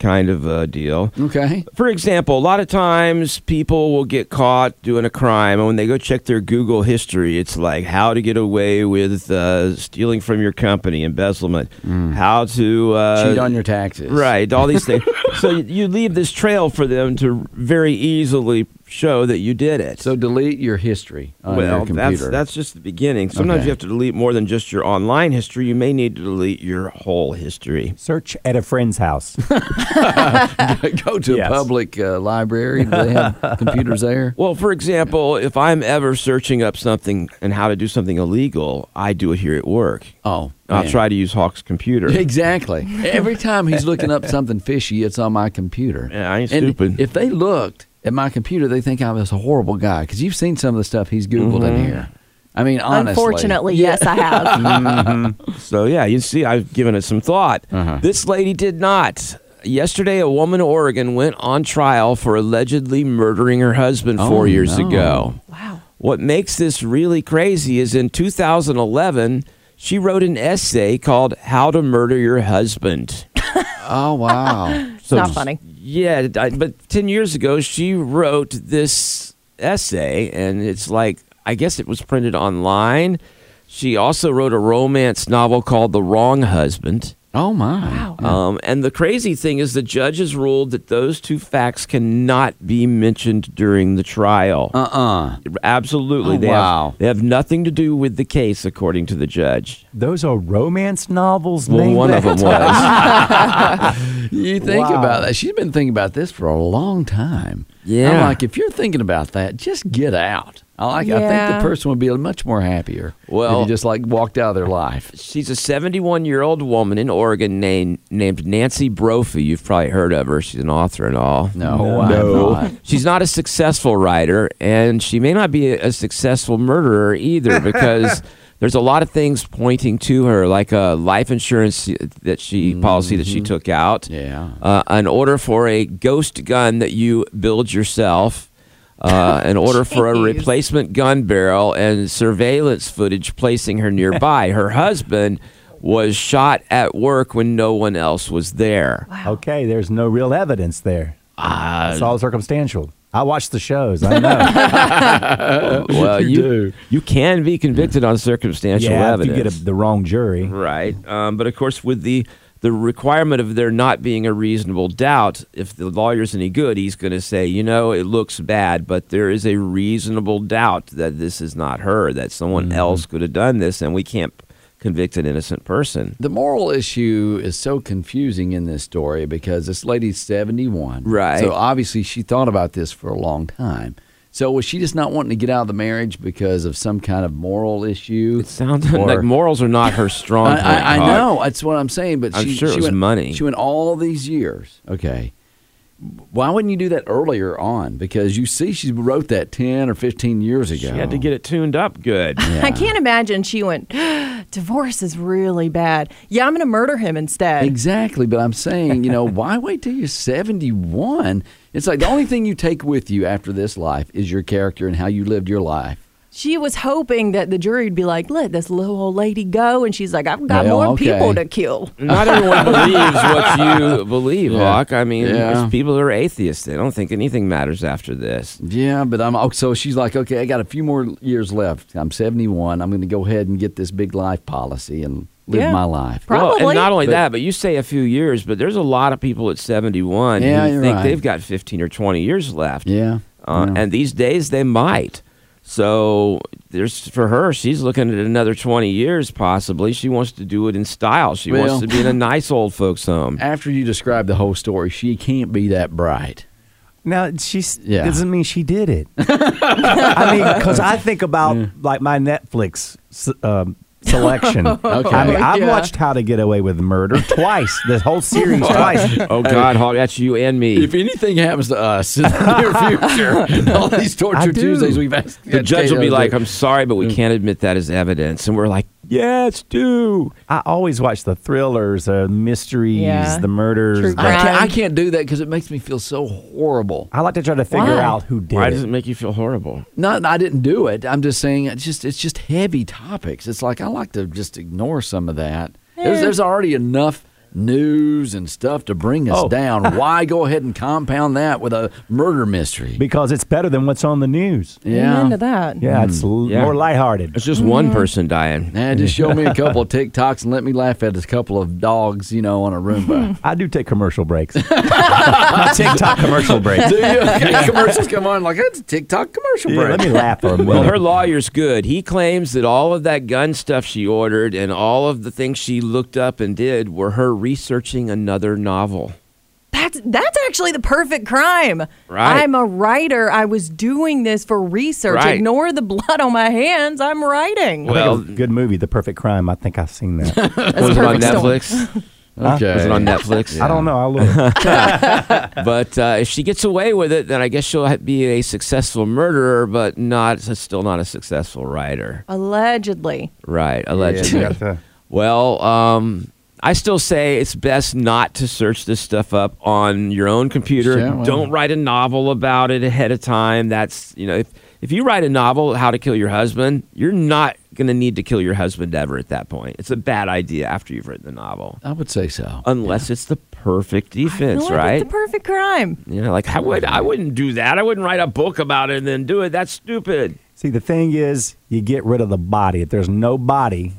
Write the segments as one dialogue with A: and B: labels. A: kind of a deal.
B: Okay.
A: For example, a lot of times people will get caught doing a crime, and when they go check their Google history, it's like how to get away with uh, stealing from your company, embezzlement, how to uh,
B: Mm. Cheat on your taxes.
A: Right, all these things. so you- you leave this trail for them to very easily show that you did it.
B: So delete your history on
A: well,
B: your
A: that's
B: computer.
A: that's just the beginning. Sometimes
B: Okay.
A: you have to delete more than just your online history. You may need to delete your whole history.
C: Search at a friend's house.
B: go to
C: Yes.
B: a public uh, library. Do they have computers there?
A: Well, for example, if I'm ever searching up something and how to do something illegal, I do it here at work.
B: Oh,
A: I'll
B: man.
A: try to use Hawk's computer.
B: Exactly. Every time he's looking up something fishy, it's on my computer.
A: Yeah, I ain't
B: And
A: stupid.
B: If they looked at my computer, they think I was a horrible guy because you've seen some of the stuff he's Googled
A: Mm-hmm.
B: in here. I mean, honestly.
D: Unfortunately, yes, I have.
A: So yeah, you see, I've given it some thought.
B: Uh-huh.
A: This lady did not. Yesterday, a woman in Oregon went on trial for allegedly murdering her husband
B: Oh,
A: four years
B: no.
A: ago.
D: wow.
A: What makes this really crazy is in 2011, she wrote an essay called "How to Murder Your Husband."
B: Oh, wow.
D: It's not funny.
A: Yeah, I, but 10 years ago, she wrote this essay, and it's like, I guess it was printed online. She also wrote a romance novel called The Wrong Husband.
B: Oh, my.
D: Wow.
A: Um, and the crazy thing is, the judges ruled that those two facts cannot be mentioned during the trial.
B: Uh uh
A: Absolutely.
B: Oh,
A: they
B: wow.
A: Have, they have nothing to do with the case, according to the judge.
C: Those are romance novels.
A: Well,
C: named
A: one of
C: that?
A: them was.
B: You think
C: Wow.
B: about that. She's been thinking about this for a long time.
A: Yeah.
B: I'm like, if you're thinking about that, just get out. I like. I think
D: Yeah.
B: the person would be much more happier.
A: Well-
B: if you just like walked out of their life.
A: She's a 71 year old woman in Oregon named named Nancy Brophy. You've probably heard of her. She's an author and all.
B: No, I'm not.
A: She's not a successful writer, and she may not be a, a successful murderer either because there's a lot of things pointing to her, like a life insurance that she policy that she took out,
B: Yeah.
A: uh, an order for a ghost gun that you build yourself, uh, an order for a
D: Jeez.
A: replacement gun barrel, and surveillance footage placing her nearby. her husband was shot at work when no one else was there.
C: Okay, there's no real evidence there.
A: Ah.
C: it's all circumstantial. I watch the shows. I know.
A: Well, you you can be convicted on circumstantial
C: yeah, if you
A: evidence,
C: get a, the wrong jury.
A: right? Um, but of course, with the the requirement of there not being a reasonable doubt, if the lawyer's any good, he's going to say, you know, it looks bad, but there is a reasonable doubt that this is not her, that someone else could have done this, and we can't convict an innocent person.
B: The moral issue is so confusing in this story because this lady's 71.
A: Right.
B: So obviously she thought about this for a long time. So was she just not wanting to get out of the marriage because of some kind of moral issue?
A: It sounds
B: Or-
A: like morals are not her strong point.
B: I, I, I
A: Hawk.
B: know that's what I'm saying, but
A: Oh I'm
B: she,
A: sure it
B: she
A: was
B: went,
A: money.
B: She went all these years. Okay, why wouldn't you do that earlier on? Because you see, she wrote that ten or fifteen years
A: She
B: ago.
A: had to get it tuned up good.
D: I can't imagine she went, divorce is really bad. Yeah, I'm going to murder him instead.
B: exactly. But I'm saying, you know, why wait till you're 71? It's like the only thing you take with you after this life is your character and how you lived your life.
D: She was hoping that the jury would be like, let this little old lady go. And she's like, I've got
B: Well,
D: more
B: okay.
D: people to kill.
A: Not everyone believes what you believe, Hawk. I mean,
B: Yeah.
A: there's people who are atheists. They don't think anything matters after this.
B: Yeah, but I'm oh, so she's like, okay, I got a few more years left. I'm 71. I'm going to go ahead and get this big life policy and live
D: Yeah.
B: my life.
D: Pro-
A: Well, and
D: Probably.
A: not only that, but you say a few years, but there's a lot of people at 71
B: Yeah,
A: who
B: you're
A: think
B: right.
A: they've got 15 or 20 years left.
B: yeah.
A: Uh, And these days they might. So there's for her, she's looking at another 20 years possibly. She wants to do it in style. She
B: Well-
A: wants to be in a nice old folks home.
B: After you describe the whole story, she can't be that bright.
C: Now she's
B: Yeah.
C: doesn't mean she did it. I mean, because I think about like my Netflix s- um, selection.
B: Okay.
C: I mean, I've
D: Yeah.
C: watched How to Get Away with Murder twice, this whole series twice.
A: Oh God, Hawk, that's you and me.
B: If anything happens to us in the near future, all these
C: I
B: torture
C: do.
B: Tuesdays we've asked
A: the judge will be like, "I'm sorry, but we can't admit that as evidence," and we're like, "Yeah, it's due."
C: I always watch the thrillers, the mysteries,
D: Yeah.
C: the murders.
D: True
C: the-
B: I can't, I
D: Right.
B: can't do that because it makes me feel so horrible.
C: I like to try to figure
D: Why?
C: out who did
A: Why
C: it.
A: does it make you feel horrible?
B: Not, I didn't do it. I'm just saying, it's just it's just heavy topics. It's like I like to just ignore some of that. There's, there's already enough news and stuff to bring us
C: Oh.
B: down. Why go ahead and compound that with a murder mystery?
C: because it's better than what's on the news.
D: Amen
B: yeah.
D: to that.
C: Yeah, it's l-
A: Mm, Yeah.
C: more lighthearted.
A: It's just one person dying.
B: Nah, just show me a couple of TikToks and let me laugh at a couple of dogs, you know, on a Roomba.
C: I do take commercial breaks. My TikTok commercial breaks.
B: Do you? Commercials come on like that's a TikTok commercial
C: Yeah,
B: break.
C: let me laugh for a minute.
A: Well, her lawyer's good. He claims that all of that gun stuff she ordered and all of the things she looked up and did were her researching another novel.
D: That's that's actually the perfect crime.
A: Right.
D: I'm a writer. I was doing this for research.
A: Right.
D: Ignore the blood on my hands. I'm writing.
C: I think
A: Well-
C: it was a good movie, The Perfect Crime. I think I've seen that.
A: was it on
D: perfect storm.
A: Netflix?
B: Okay.
A: Was it on Netflix?
C: I don't know. I'll look.
A: But uh, if she gets away with it, then I guess she'll ha- be a successful murderer, but not still not a successful writer.
D: Allegedly.
A: Right, allegedly.
C: Got the-
A: Well, um, I still say it's best not to search this stuff up on your own computer.
B: Yeah, well-
A: Don't write a novel about it ahead of time. That's you know, if if you write a novel how to kill your husband, you're not going to need to kill your husband ever at that point. It's a bad idea after you've written the novel,
B: I would say so.
A: unless it's the perfect defense,
D: Ignore
A: right?
D: The perfect crime.
A: you know, like I would, I wouldn't do that. I wouldn't write a book about it and then do it. That's stupid.
C: See, the thing is, you get rid of the body. If there's no body,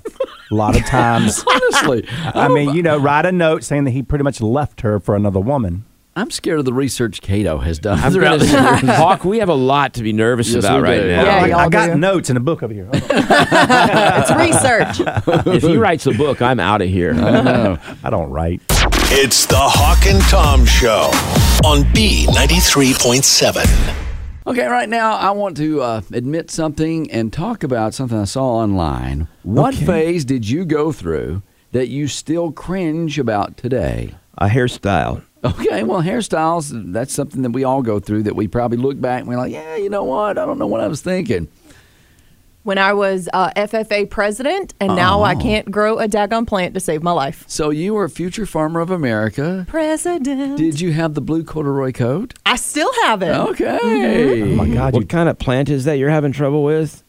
C: a lot of times,
B: Honestly,
C: I mean, you know, write a note saying that he pretty much left her for another woman.
B: I'm scared of the research Cato has done.
A: I'm
B: throughout
A: gonna,
B: the years.
A: Hawk, we have a lot to be nervous
B: Yes,
A: about
B: we
A: right
B: do.
A: now.
D: Yeah,
C: I,
D: y'all
C: I got
D: do.
C: notes in a book over here. Hold on.
D: Uh, It's research.
A: if he writes a book, I'm out of here.
C: I don't write.
E: It's the Hawk and Tom Show on B93.7.
B: Okay, right now I want to uh, admit something and talk about something I saw online. What phase did you go through that you still cringe about today?
A: a hairstyle.
B: Okay, well, hairstyles, that's something that we all go through that we probably look back and we're like, yeah, you know what? I don't know what I was thinking.
D: when I was uh, FFA president, and now
B: Oh.
D: I can't grow a daggone plant to save my life.
B: So you were a future farmer of America.
D: President.
B: Did you have the blue corduroy coat?
D: I still have it.
B: Okay.
C: Oh my God, you
A: What kind of plant is that you're having trouble with?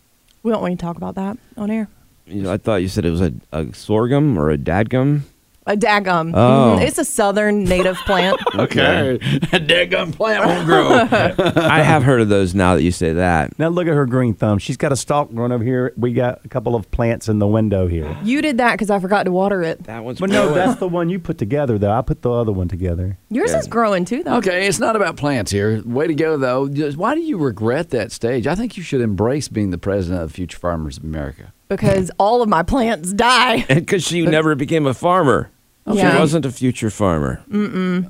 D: We don't want to talk about that on air.
A: You know, I thought you said it was a, a sorghum or a dadgum.
D: A dagum.
A: Oh.
D: Mhm. It's a southern native plant.
B: Okay. That daggum plant won't grow.
A: I have heard of those now that you say that.
C: Now look at her green thumb. She's got a stalk growing over here. We got a couple of plants in the window here.
D: You did that because I forgot to water it.
A: That one's
C: But no, that's the one you put together, though. I put the other one together.
D: Yours is growing too, though.
B: okay, it's not about plants here. Way to go, though. Just, why do you regret that stage? I think you should embrace being the president of Future Farmers of America.
D: Because all of my plants die.
A: because she never became a farmer. She
D: Yeah.
A: wasn't a future farmer.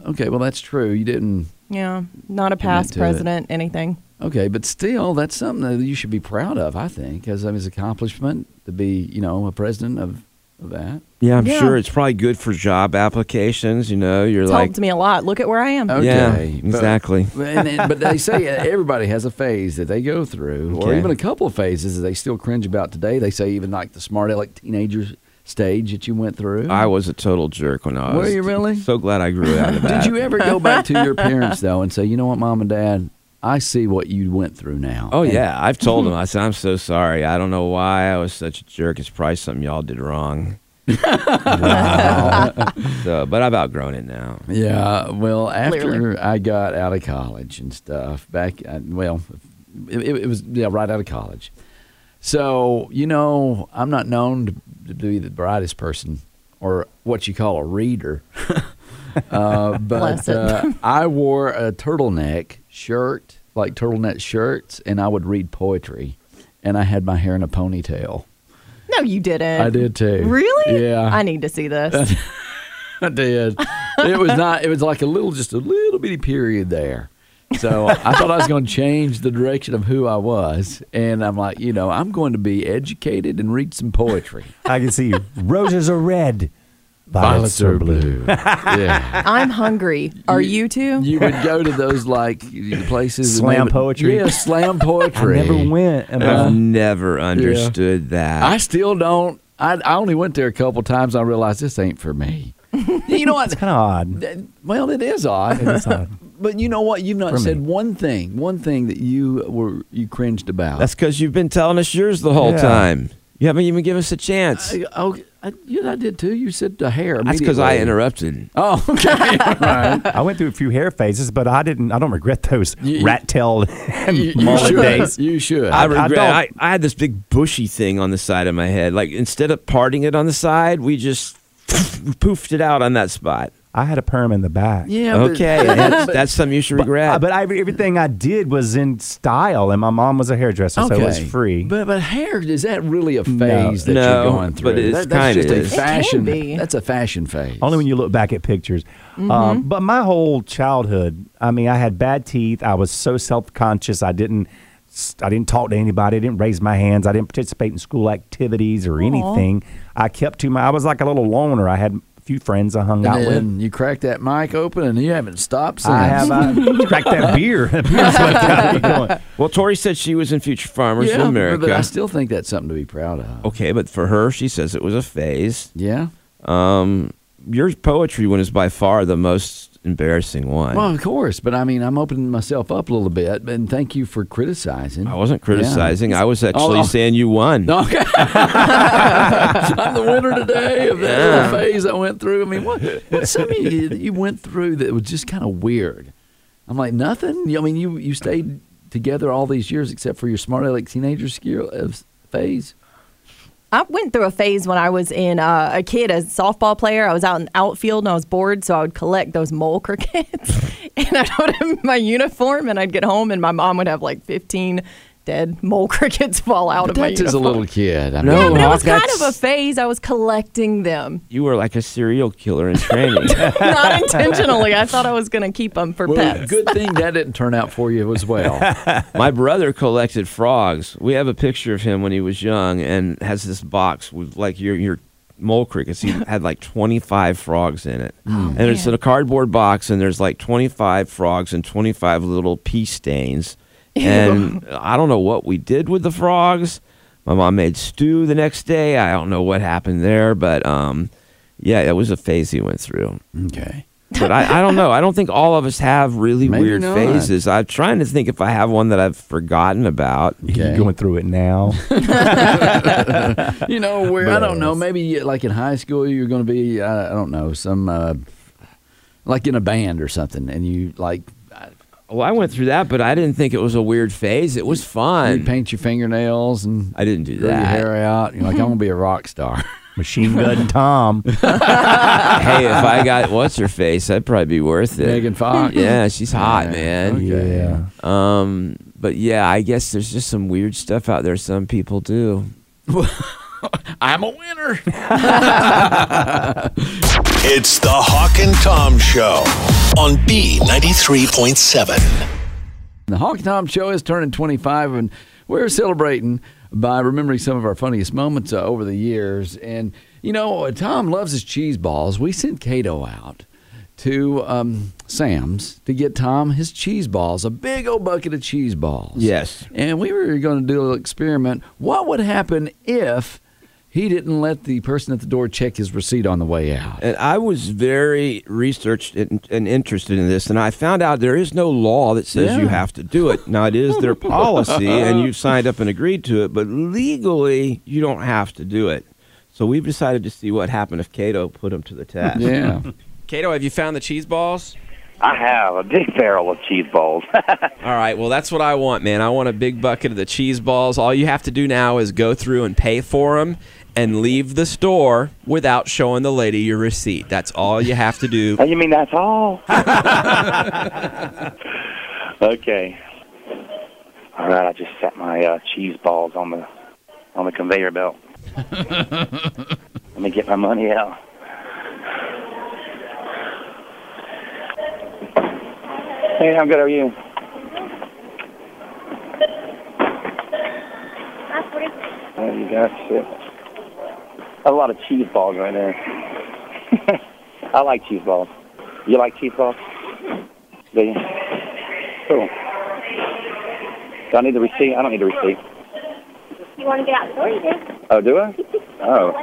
B: Okay, well, that's true. You didn't.
D: Yeah, not a past
B: do it.
D: president, anything.
B: Okay, but still, that's something that you should be proud of, I think, as an accomplishment to be, you know, a president of, of that.
A: Yeah, I'm
D: Yeah.
A: sure it's probably good for job applications. You know, you're
D: It's
A: like,
D: helped me a lot. Look at where I am.
B: Okay.
A: yeah,
B: but-
A: exactly.
B: And, and- but they say uh, everybody has a phase that they go through, or
A: Okay.
B: even a couple of phases that they still cringe about today. They say even like the smart aleck teenager stage that you went through.
A: I was a total jerk when I
B: Were
A: was.
B: you really?
A: So glad I grew out of that.
B: Did you ever go back to your parents though and say, you know what, mom and dad, I see what you went through now.
A: Oh yeah, I've told him. I said, "I'm so sorry. I don't know why I was such a jerk. It's probably something y'all did wrong." so, but I've outgrown it now.
B: Yeah, well, after
D: Clearly.
B: I got out of college and stuff, back, uh, well, it, it it was, yeah, right out of college. So, you know, I'm not known to, to be the brightest person or what you call a reader. uh, but
D: Bless it.
B: uh, I wore a turtleneck shirt, like turtleneck shirts, and I would read poetry. And I had my hair in a ponytail.
D: No, you didn't.
B: I did too.
D: Really?
B: Yeah.
D: I need to see this.
B: I did. It was not. It was like a little, just a little bitty period there. So I thought I was going to change the direction of who I was, and I'm like, you know, I'm going to be educated and read some poetry.
C: I can see roses are red, violets, are blue.
B: yeah.
D: I'm hungry. Are you too?
B: You would go to those like places. and they
C: Slam
B: would-
C: poetry.
B: Yeah, slam
C: I
B: poetry.
C: never went. and I-
A: I've never understood that.
B: I still don't. I, I only went there a couple times. I realized this ain't for me. you know what?
C: It's kind of odd.
B: That- Well, it is odd.
C: It's odd.
B: But you know what? You've not
C: For me.
B: said one thing. One thing that you were you cringed about.
A: That's because you've been telling us yours the whole
C: Yeah.
A: time. You haven't even given us a chance.
B: I, oh, I, yeah, I did too. You said the hair.
A: That's because I
B: immediately.
A: interrupted.
B: Oh, okay. right.
C: I went through a few hair phases, but I didn't. I don't regret those
B: You-
C: rat tail and
B: You, you
C: mullet
B: should.
C: days.
B: You should.
A: I
C: I
A: regret.
C: don't-
A: I, I, had this big bushy thing on the side of my head. Like instead of parting it on the side, we just poofed it out on that spot.
C: I had a perm in the back.
B: yeah. but-
A: Okay, that's, that's something you should regret.
C: Uh, But I, everything I did was in style, and my mom was a hairdresser, so it was
B: Okay.
C: free.
B: But but hair is that really a phase that
A: No,
B: you're going through?
A: but it's
B: That- that's
A: kinda is.
B: just
A: It
B: a
A: can
B: fashion.
D: be.
B: That's a fashion phase.
C: Only when you look back at pictures.
B: Mm-hmm.
C: Um, but my whole childhood, I mean, I had bad teeth. I was so self-conscious. I didn't, I didn't talk to anybody. I didn't raise my hands. I didn't participate in school activities or anything. I kept to my. I was like a little loner. I had a few friends I hung out
B: and
C: with.
B: then you crack that mic open and you haven't stopped since.
C: I have I cracked that beer. That beer's what got me going.
A: well, Tori said she was in Future Farmers
B: yeah,
A: in
B: but-
A: America. Oh.
B: but I still think that's something to be proud of.
A: okay, but for her, she says it was a phase.
B: Yeah.
A: Your poetry one is by far the most embarrassing one.
B: Well, of course, but I mean, I'm opening myself up a little bit, and thank you for criticizing.
A: I wasn't criticizing. I was actually
B: oh.
A: saying you won.
B: Okay. I'm the winner today of that little phase I went through. I mean, what what's something you, that you went through that was just kind of weird? I'm like, nothing. I mean, you, you stayed together all these years except for your smart aleck teenager skill uh, phase.
D: I went through a phase when I was in uh, a kid, a softball player. I was out in the outfield and I was bored, so I would collect those mole crickets and I'd put them in my uniform and I'd get home and my mom would have like 15 dead mole crickets fall out
B: But
D: of my
B: that's as a
D: uniform.
B: little kid. I
A: No,
B: mean,
D: yeah, but it
A: Hawk,
D: was kind
A: that's-
D: of a phase. I was collecting them,
A: You were like a serial killer in training.
D: not intentionally. I thought I was going to keep them for
B: well,
D: pets.
B: good thing that didn't turn out for you as well.
A: My brother collected frogs. We have a picture of him when he was young and has this box with like your your mole crickets. He had like 25 frogs in it. and it's in a cardboard box and there's like 25 frogs and 25 little pea stains. And I don't know what we did with the frogs. My mom made stew the next day. I don't know what happened there, but um yeah, it was a phase he went through
B: Okay.
A: but I, I don't know. I don't think all of us have really
B: Maybe
A: weird
B: not.
A: phases. I'm trying to think if I have one that I've forgotten about.
B: Okay.
C: You're going through it now.
B: you know, where I don't know, maybe uh, like in high school you're going to be I, I don't know some uh, like in a band or something, and you like
A: Well, I went through that, but I didn't think it was a weird phase. It was
B: you
A: fun.
B: paint your fingernails and
A: I didn't do
B: grow your
A: that.
B: hair out. You're like I'm going to be a rock star.
C: Machine Gun Tom.
A: hey, if I got what's her face, that'd probably be worth it.
B: Megan Fox.
A: Yeah, she's hot,
B: Yeah.
A: man.
B: Okay.
C: Yeah.
A: Um, but yeah, I guess there's just some weird stuff out there. Some people do.
B: I'm a winner.
E: It's the Hawk and Tom Show on B93.7.
B: The Hawk and Tom Show is turning 25, and we're celebrating by remembering some of our funniest moments uh, over the years. And, you know, Tom loves his cheese balls. We sent Cato out to um, Sam's to get Tom his cheese balls, a big old bucket of cheese balls.
A: Yes.
B: And we were going to do an experiment. What would happen if he didn't let the person at the door check his receipt on the way out.
A: And I was very researched and, and interested in this, and I found out there is no law that says you
B: Yeah.
A: have to do it. Now it is their policy, and you've signed up and agreed to it, but legally you don't have to do it. So we've decided to see what happened if Cato put him to the test.
B: Yeah.
F: Cato, have you found the cheese balls?
G: I have a big barrel of cheese balls.
F: All right, well, that's what I want, man. I want a big bucket of the cheese balls. All you have to do now is go through and pay for them and leave the store without showing the lady your receipt. That's all you have to do.
G: Oh, you mean that's all? okay. All right, I just set my uh, cheese balls on the on the conveyor belt. Let me get my money out. Hey, how good are you? Oh, you got shit. A lot of cheese balls right there. I like cheese balls. You like cheese balls? Do you? Cool. Do I need the receipt? I don't need the receipt.
H: You want to get out the door, you do.
G: Oh, do I? Oh.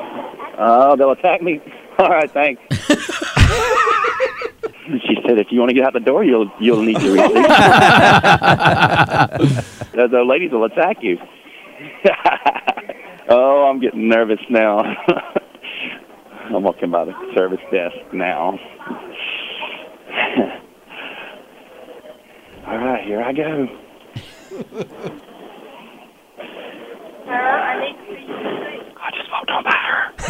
G: Oh, they'll attack me. All right, thanks. she said, if you want to get out the door, you'll you'll need your receipt. the, the ladies will attack you. oh, I'm getting nervous now. I'm walking by the service desk now. All right, here I go.
H: Sir, I need to see your receipt.
G: I just walked on by her.
H: I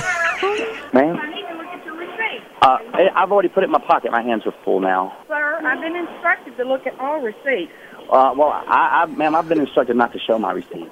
G: Ma'am?
H: need to look at your receipt.
G: Uh, I- I've already put it in my pocket. My hands are full now.
H: Sir, I've been instructed to look at all receipts.
G: Uh, well, I, I, ma'am, I've been instructed not to show my receipt.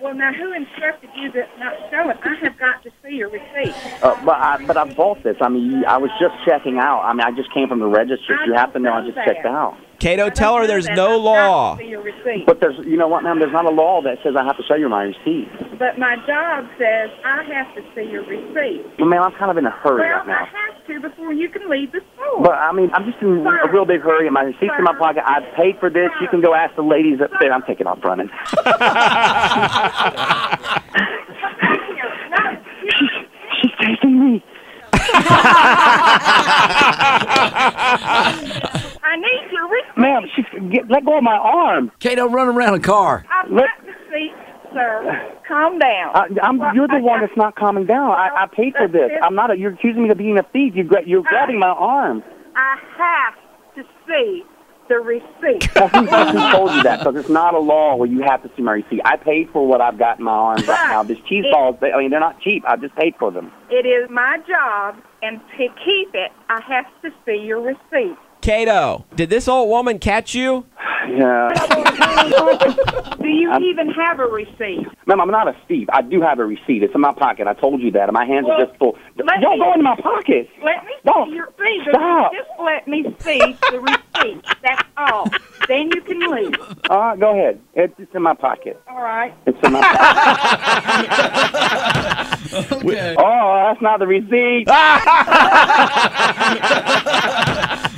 H: Well, now, who instructed you to not show it? I have got to see your receipt.
G: Uh, but I, but I bought this. I mean, you- I was just checking out. I mean, I just came from the register. If you happen to know, I just checked out.
F: Cato,
H: I don't
F: tell her
H: do
F: there's
H: that.
F: no
H: I've Got
F: law.
H: to see your receipt.
G: But there's, you know what, ma'am? There's not a law that says I have to show you my receipt.
H: But my job says I have to see your receipt.
G: Well, ma'am, I'm kind of in a hurry
H: Well,
G: right
H: I
G: now.
H: have to before you can leave the store.
G: But I mean, I'm just in a real big hurry, and my receipt's in my pocket. I paid for this. You can go ask the ladies up there. I'm taking off running.
H: Come back here. No, you-
G: She's chasing me.
H: I need your receipt.
G: Ma'am, she's get, let go of my arm.
B: Cato, run around a car.
H: I've
G: Let-
H: got the receipt, sir. Calm down.
G: I, I'm, you're the one that's not calming down. I, I paid for this. I'm not. A, you're accusing me of being a thief. You gra- you're grabbing my arm.
H: I have to see the receipt.
G: That's who fucking told you that? Because it's not a law where you have to see my receipt. I paid for what I've got in my arms right now. These cheese balls, they, I mean, they're not cheap. I just paid for them.
H: It is my job, and to keep it, I have to see your receipt.
F: Cato, did this old woman catch you?
G: Yeah.
H: Do you even have a receipt?
G: Ma'am, I'm not a thief. I do have a receipt. It's in my pocket. I told you that. And my hands are
H: Well,
G: just full.
H: let
G: Don't
H: me-
G: go into my pocket.
H: Let me
G: Don't.
H: see your receipt.
G: Stop.
H: Just let me see the receipt. That's all. Then you can leave.
G: All right, go ahead. It's, it's in my pocket.
H: All right.
G: It's in my pocket. Oh, that's not the receipt.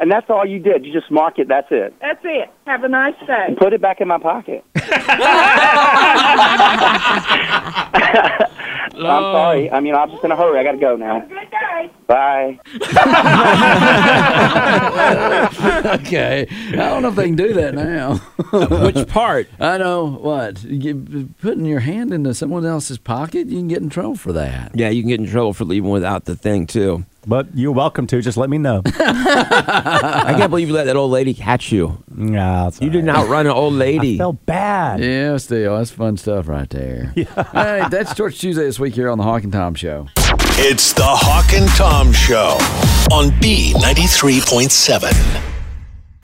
G: and that's all you did. You just mark it. That's it.
H: That's it. Have a nice day.
G: Put it back in my pocket. I'm sorry. I mean, I'm just in a hurry. I got to go now.
H: Good day.
G: Bye.
B: Okay. I don't know if they can do that now.
F: Which part?
B: I know what. You, putting your hand into someone else's pocket, you can get in trouble for that.
A: Yeah, you can get in trouble for leaving without the thing too.
C: But you're welcome to. Just let me know.
A: I can't believe you let that old lady catch you.
C: nah, it's
A: You
C: all
A: did
C: right.
A: not run an old
C: I
A: lady.
C: felt bad.
B: Yeah, still, that's fun stuff right there. All right, that's Torch Tuesday this week here on the Hawk and Tom Show.
E: It's the Hawk and Tom Show on B93.7.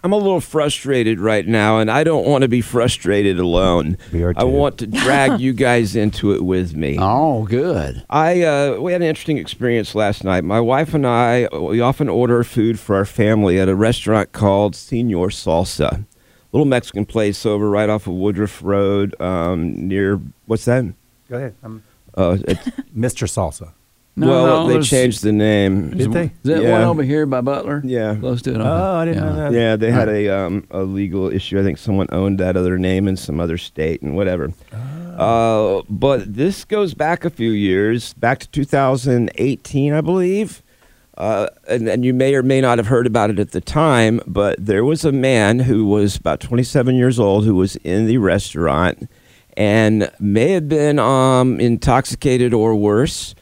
A: I'm a little frustrated right now, and I don't want to be frustrated alone.
C: We are
A: I
C: too.
A: want to drag you guys into it with me.
B: Oh, good.
A: I uh, we had an interesting experience last night. My wife and I we often order food for our family at a restaurant called Senor Salsa, little Mexican place over right off of Woodruff Road, um, near what's that?
C: Go ahead. I'm
A: Uh, it's-
C: Mr. Salsa.
B: No,
A: well,
B: no,
A: they
B: there's-
A: changed the name.
C: Did they?
B: Is that
A: Yeah.
B: one over here by Butler?
A: Yeah.
B: Close to it. Okay.
C: Oh, I didn't
B: yeah.
C: know that.
A: Yeah, they
B: Ah.
A: had a um, a legal issue. I think someone owned that other name in some other state and whatever.
B: Ah.
A: Uh, but this goes back a few years, back to 2018, I believe. Uh, and, and you may or may not have heard about it at the time, but there was a man who was about 27 years old who was in the restaurant and may have been um, intoxicated or worse.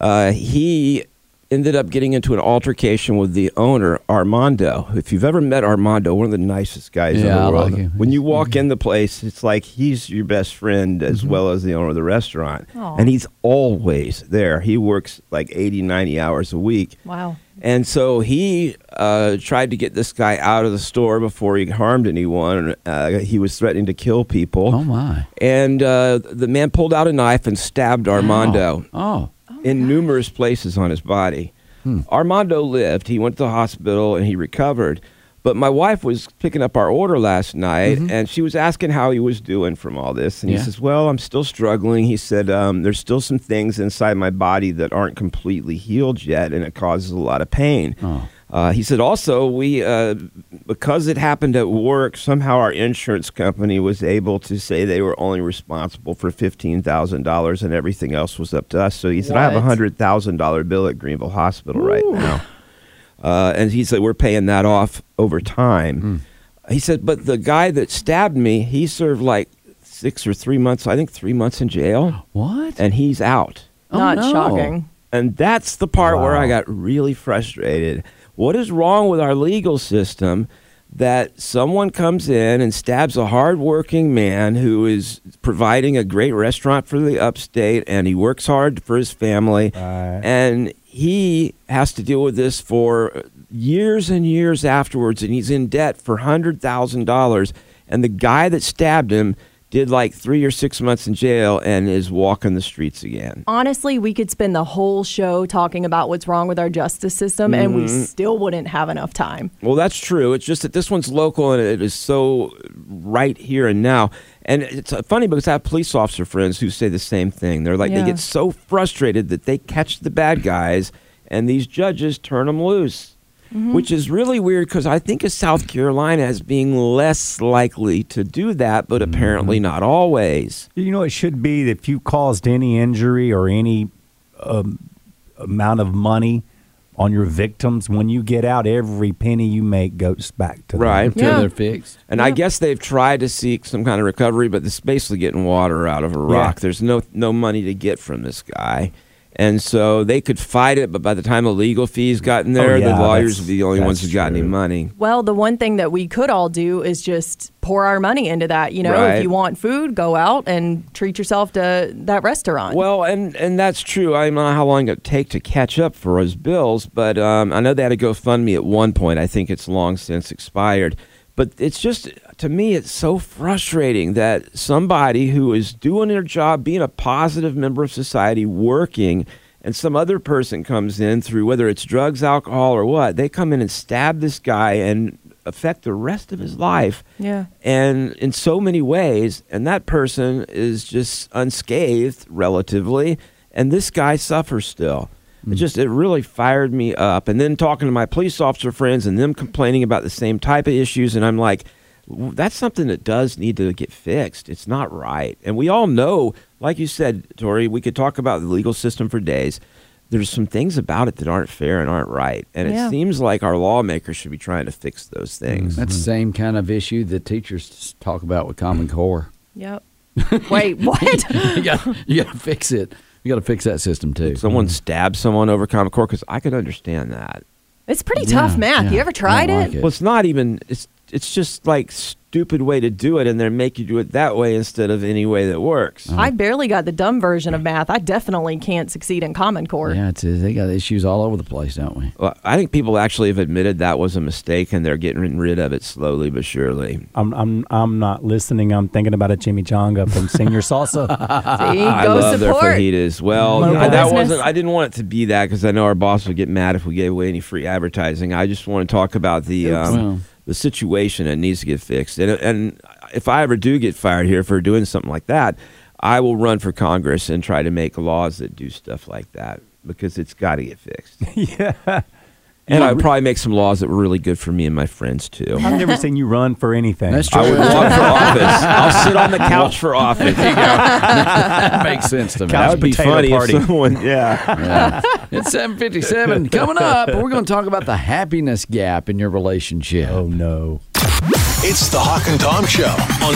A: Uh, he ended up getting into an altercation with the owner, Armando. If you've ever met Armando, one of the nicest guys in
B: Yeah, I
A: the world.
B: like him.
A: When you walk in the place, it's like he's your best friend
B: Mm-hmm.
A: as well as the owner of the restaurant.
D: Aw.
A: And he's always there. He works like 80, 90 hours a week.
D: Wow.
A: And so he uh, tried to get this guy out of the store before he harmed anyone. Uh, he was threatening to kill people.
B: Oh, my.
A: And uh, the man pulled out a knife and stabbed Armando
B: Oh.
A: in numerous places on his body.
B: Hmm.
A: Armando lived. He went to the hospital and he recovered. But my wife was picking up our order last night and she was asking how he was doing from all this. And
B: Mm-hmm. Yeah.
A: he says, Well, I'm still struggling. He said, um, There's still some things inside my body that aren't completely healed yet and it causes a lot of pain.
B: Oh.
A: Uh, he said also we uh, because it happened at work somehow our insurance company was able to say they were only responsible for fifteen thousand dollars and everything else was up to us. So he said I have a
D: What?
A: hundred thousand dollar bill at Greenville Hospital right now, uh, and he said we're paying that off over time. He said, but the guy that stabbed me, he served like six or three months. I think three months in jail,
B: What?
A: and he's out.
B: Oh,
D: Not
B: no.
D: shocking.
A: And that's the part where I got really frustrated. What is wrong with our legal system that someone comes in and stabs a hardworking man who is providing a great restaurant for the upstate and he works hard for his family and he has to deal with this for years and years afterwards and he's in debt for $100,000 and the guy that stabbed him did like 3 or 6 months in jail and is walking the streets again.
D: Honestly, we could spend the whole show talking about what's wrong with our justice system, and we
B: Mm-hmm.
D: still wouldn't have enough time.
A: Well, that's true. It's just that this one's local and it is so right here and now. And it's uh, funny because I have police officer friends who say the same thing. They're like,
D: Yeah.
A: they get so frustrated that they catch the bad guys and these judges turn them loose, which is really weird because I think of South Carolina as being less likely to do that, but apparently not always.
C: You know, it should be that if you caused any injury or any um, amount of money on your victims, when you get out, every penny you make goes back to them.
A: Right.
B: Till
D: Yeah.
B: they're fixed.
A: And I guess they've tried to seek some kind of recovery, but it's basically getting water out of a rock. There's no no money to get from this guy. And so they could fight it, but by the time the legal fees got in there,
C: Oh, yeah,
A: the lawyers
C: that's-
A: would be the only ones
C: that's
A: who got any
C: true.
A: money.
D: Well, the one thing that we could all do is just pour our money into that. You know,
A: Right.
D: if you want food, go out and treat yourself to that restaurant.
A: Well, and and that's true. I don't know how long it'd take to catch up for his bills, but um, I know they had a GoFundMe at one point. I think it's long since expired. But it's just to me, it's so frustrating that somebody who is doing their job, being a positive member of society, working, and some other person comes in through whether it's drugs, alcohol, or what, they come in and stab this guy and affect the rest of his life
D: Yeah.
A: and in so many ways and that person is just unscathed relatively and this guy suffers still it just it really fired me up and then talking to my police officer friends and them complaining about the same type of issues and i'm like "W- that's something that does need to get fixed it's not right and we all know like you said tori we could talk about the legal system for days there's some things about it that aren't fair and aren't right and
D: Yeah.
A: it seems like our lawmakers should be trying to fix those things
B: Mm. That's the same kind of issue that teachers talk about with Common Core.
D: yep. Wait, what?
B: you got you got to fix it. You got to fix that system too.
A: someone stab someone over Common Core because I could understand that.
D: it's pretty
B: Yeah,
D: tough math.
B: yeah.
D: You ever tried
B: Don't
D: it?
B: like it.
A: Well, it's not even. It's it's just like stupid way to do it, and they make you do it that way instead of any way that works.
D: I barely got the dumb version of math. I definitely can't succeed in Common Core.
B: yeah, it's, they got issues all over the place, don't we?
A: Well, I think people actually have admitted that was a mistake, and they're getting rid of it slowly but surely.
C: I'm, I'm, I'm not listening. I'm thinking about a chimichanga from Senior Salsa.
D: See,
A: I
D: go
A: love
D: support.
A: their fajitas. Well,
C: Local
A: I- that
D: business.
A: wasn't. I didn't want it to be that because I know our boss would get mad if we gave away any free advertising. I just want to talk about the um,
B: Well.
A: the situation that needs to get fixed. And and if I ever do get fired here for doing something like that, I will run for Congress and try to make laws that do stuff like that because it's got to get fixed.
C: yeah.
A: And I'd probably make some laws that were really good for me and my friends too.
C: I've never seen you run for anything.
B: That's
A: I
B: true.
A: would run for office. I'll sit on the couch for office.
B: that makes sense to me.
A: That would be
C: Potato
A: funny
C: party.
A: if someone, yeah.
B: Yeah. It's 757. Coming up, we're going to talk about the happiness gap in your relationship.
C: Oh no.
E: It's the Hawk and Tom Show on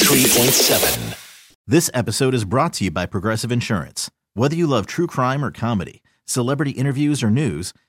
E: B93.7.
I: This episode is brought to you by Progressive Insurance. Whether you love true crime or comedy, celebrity interviews or news,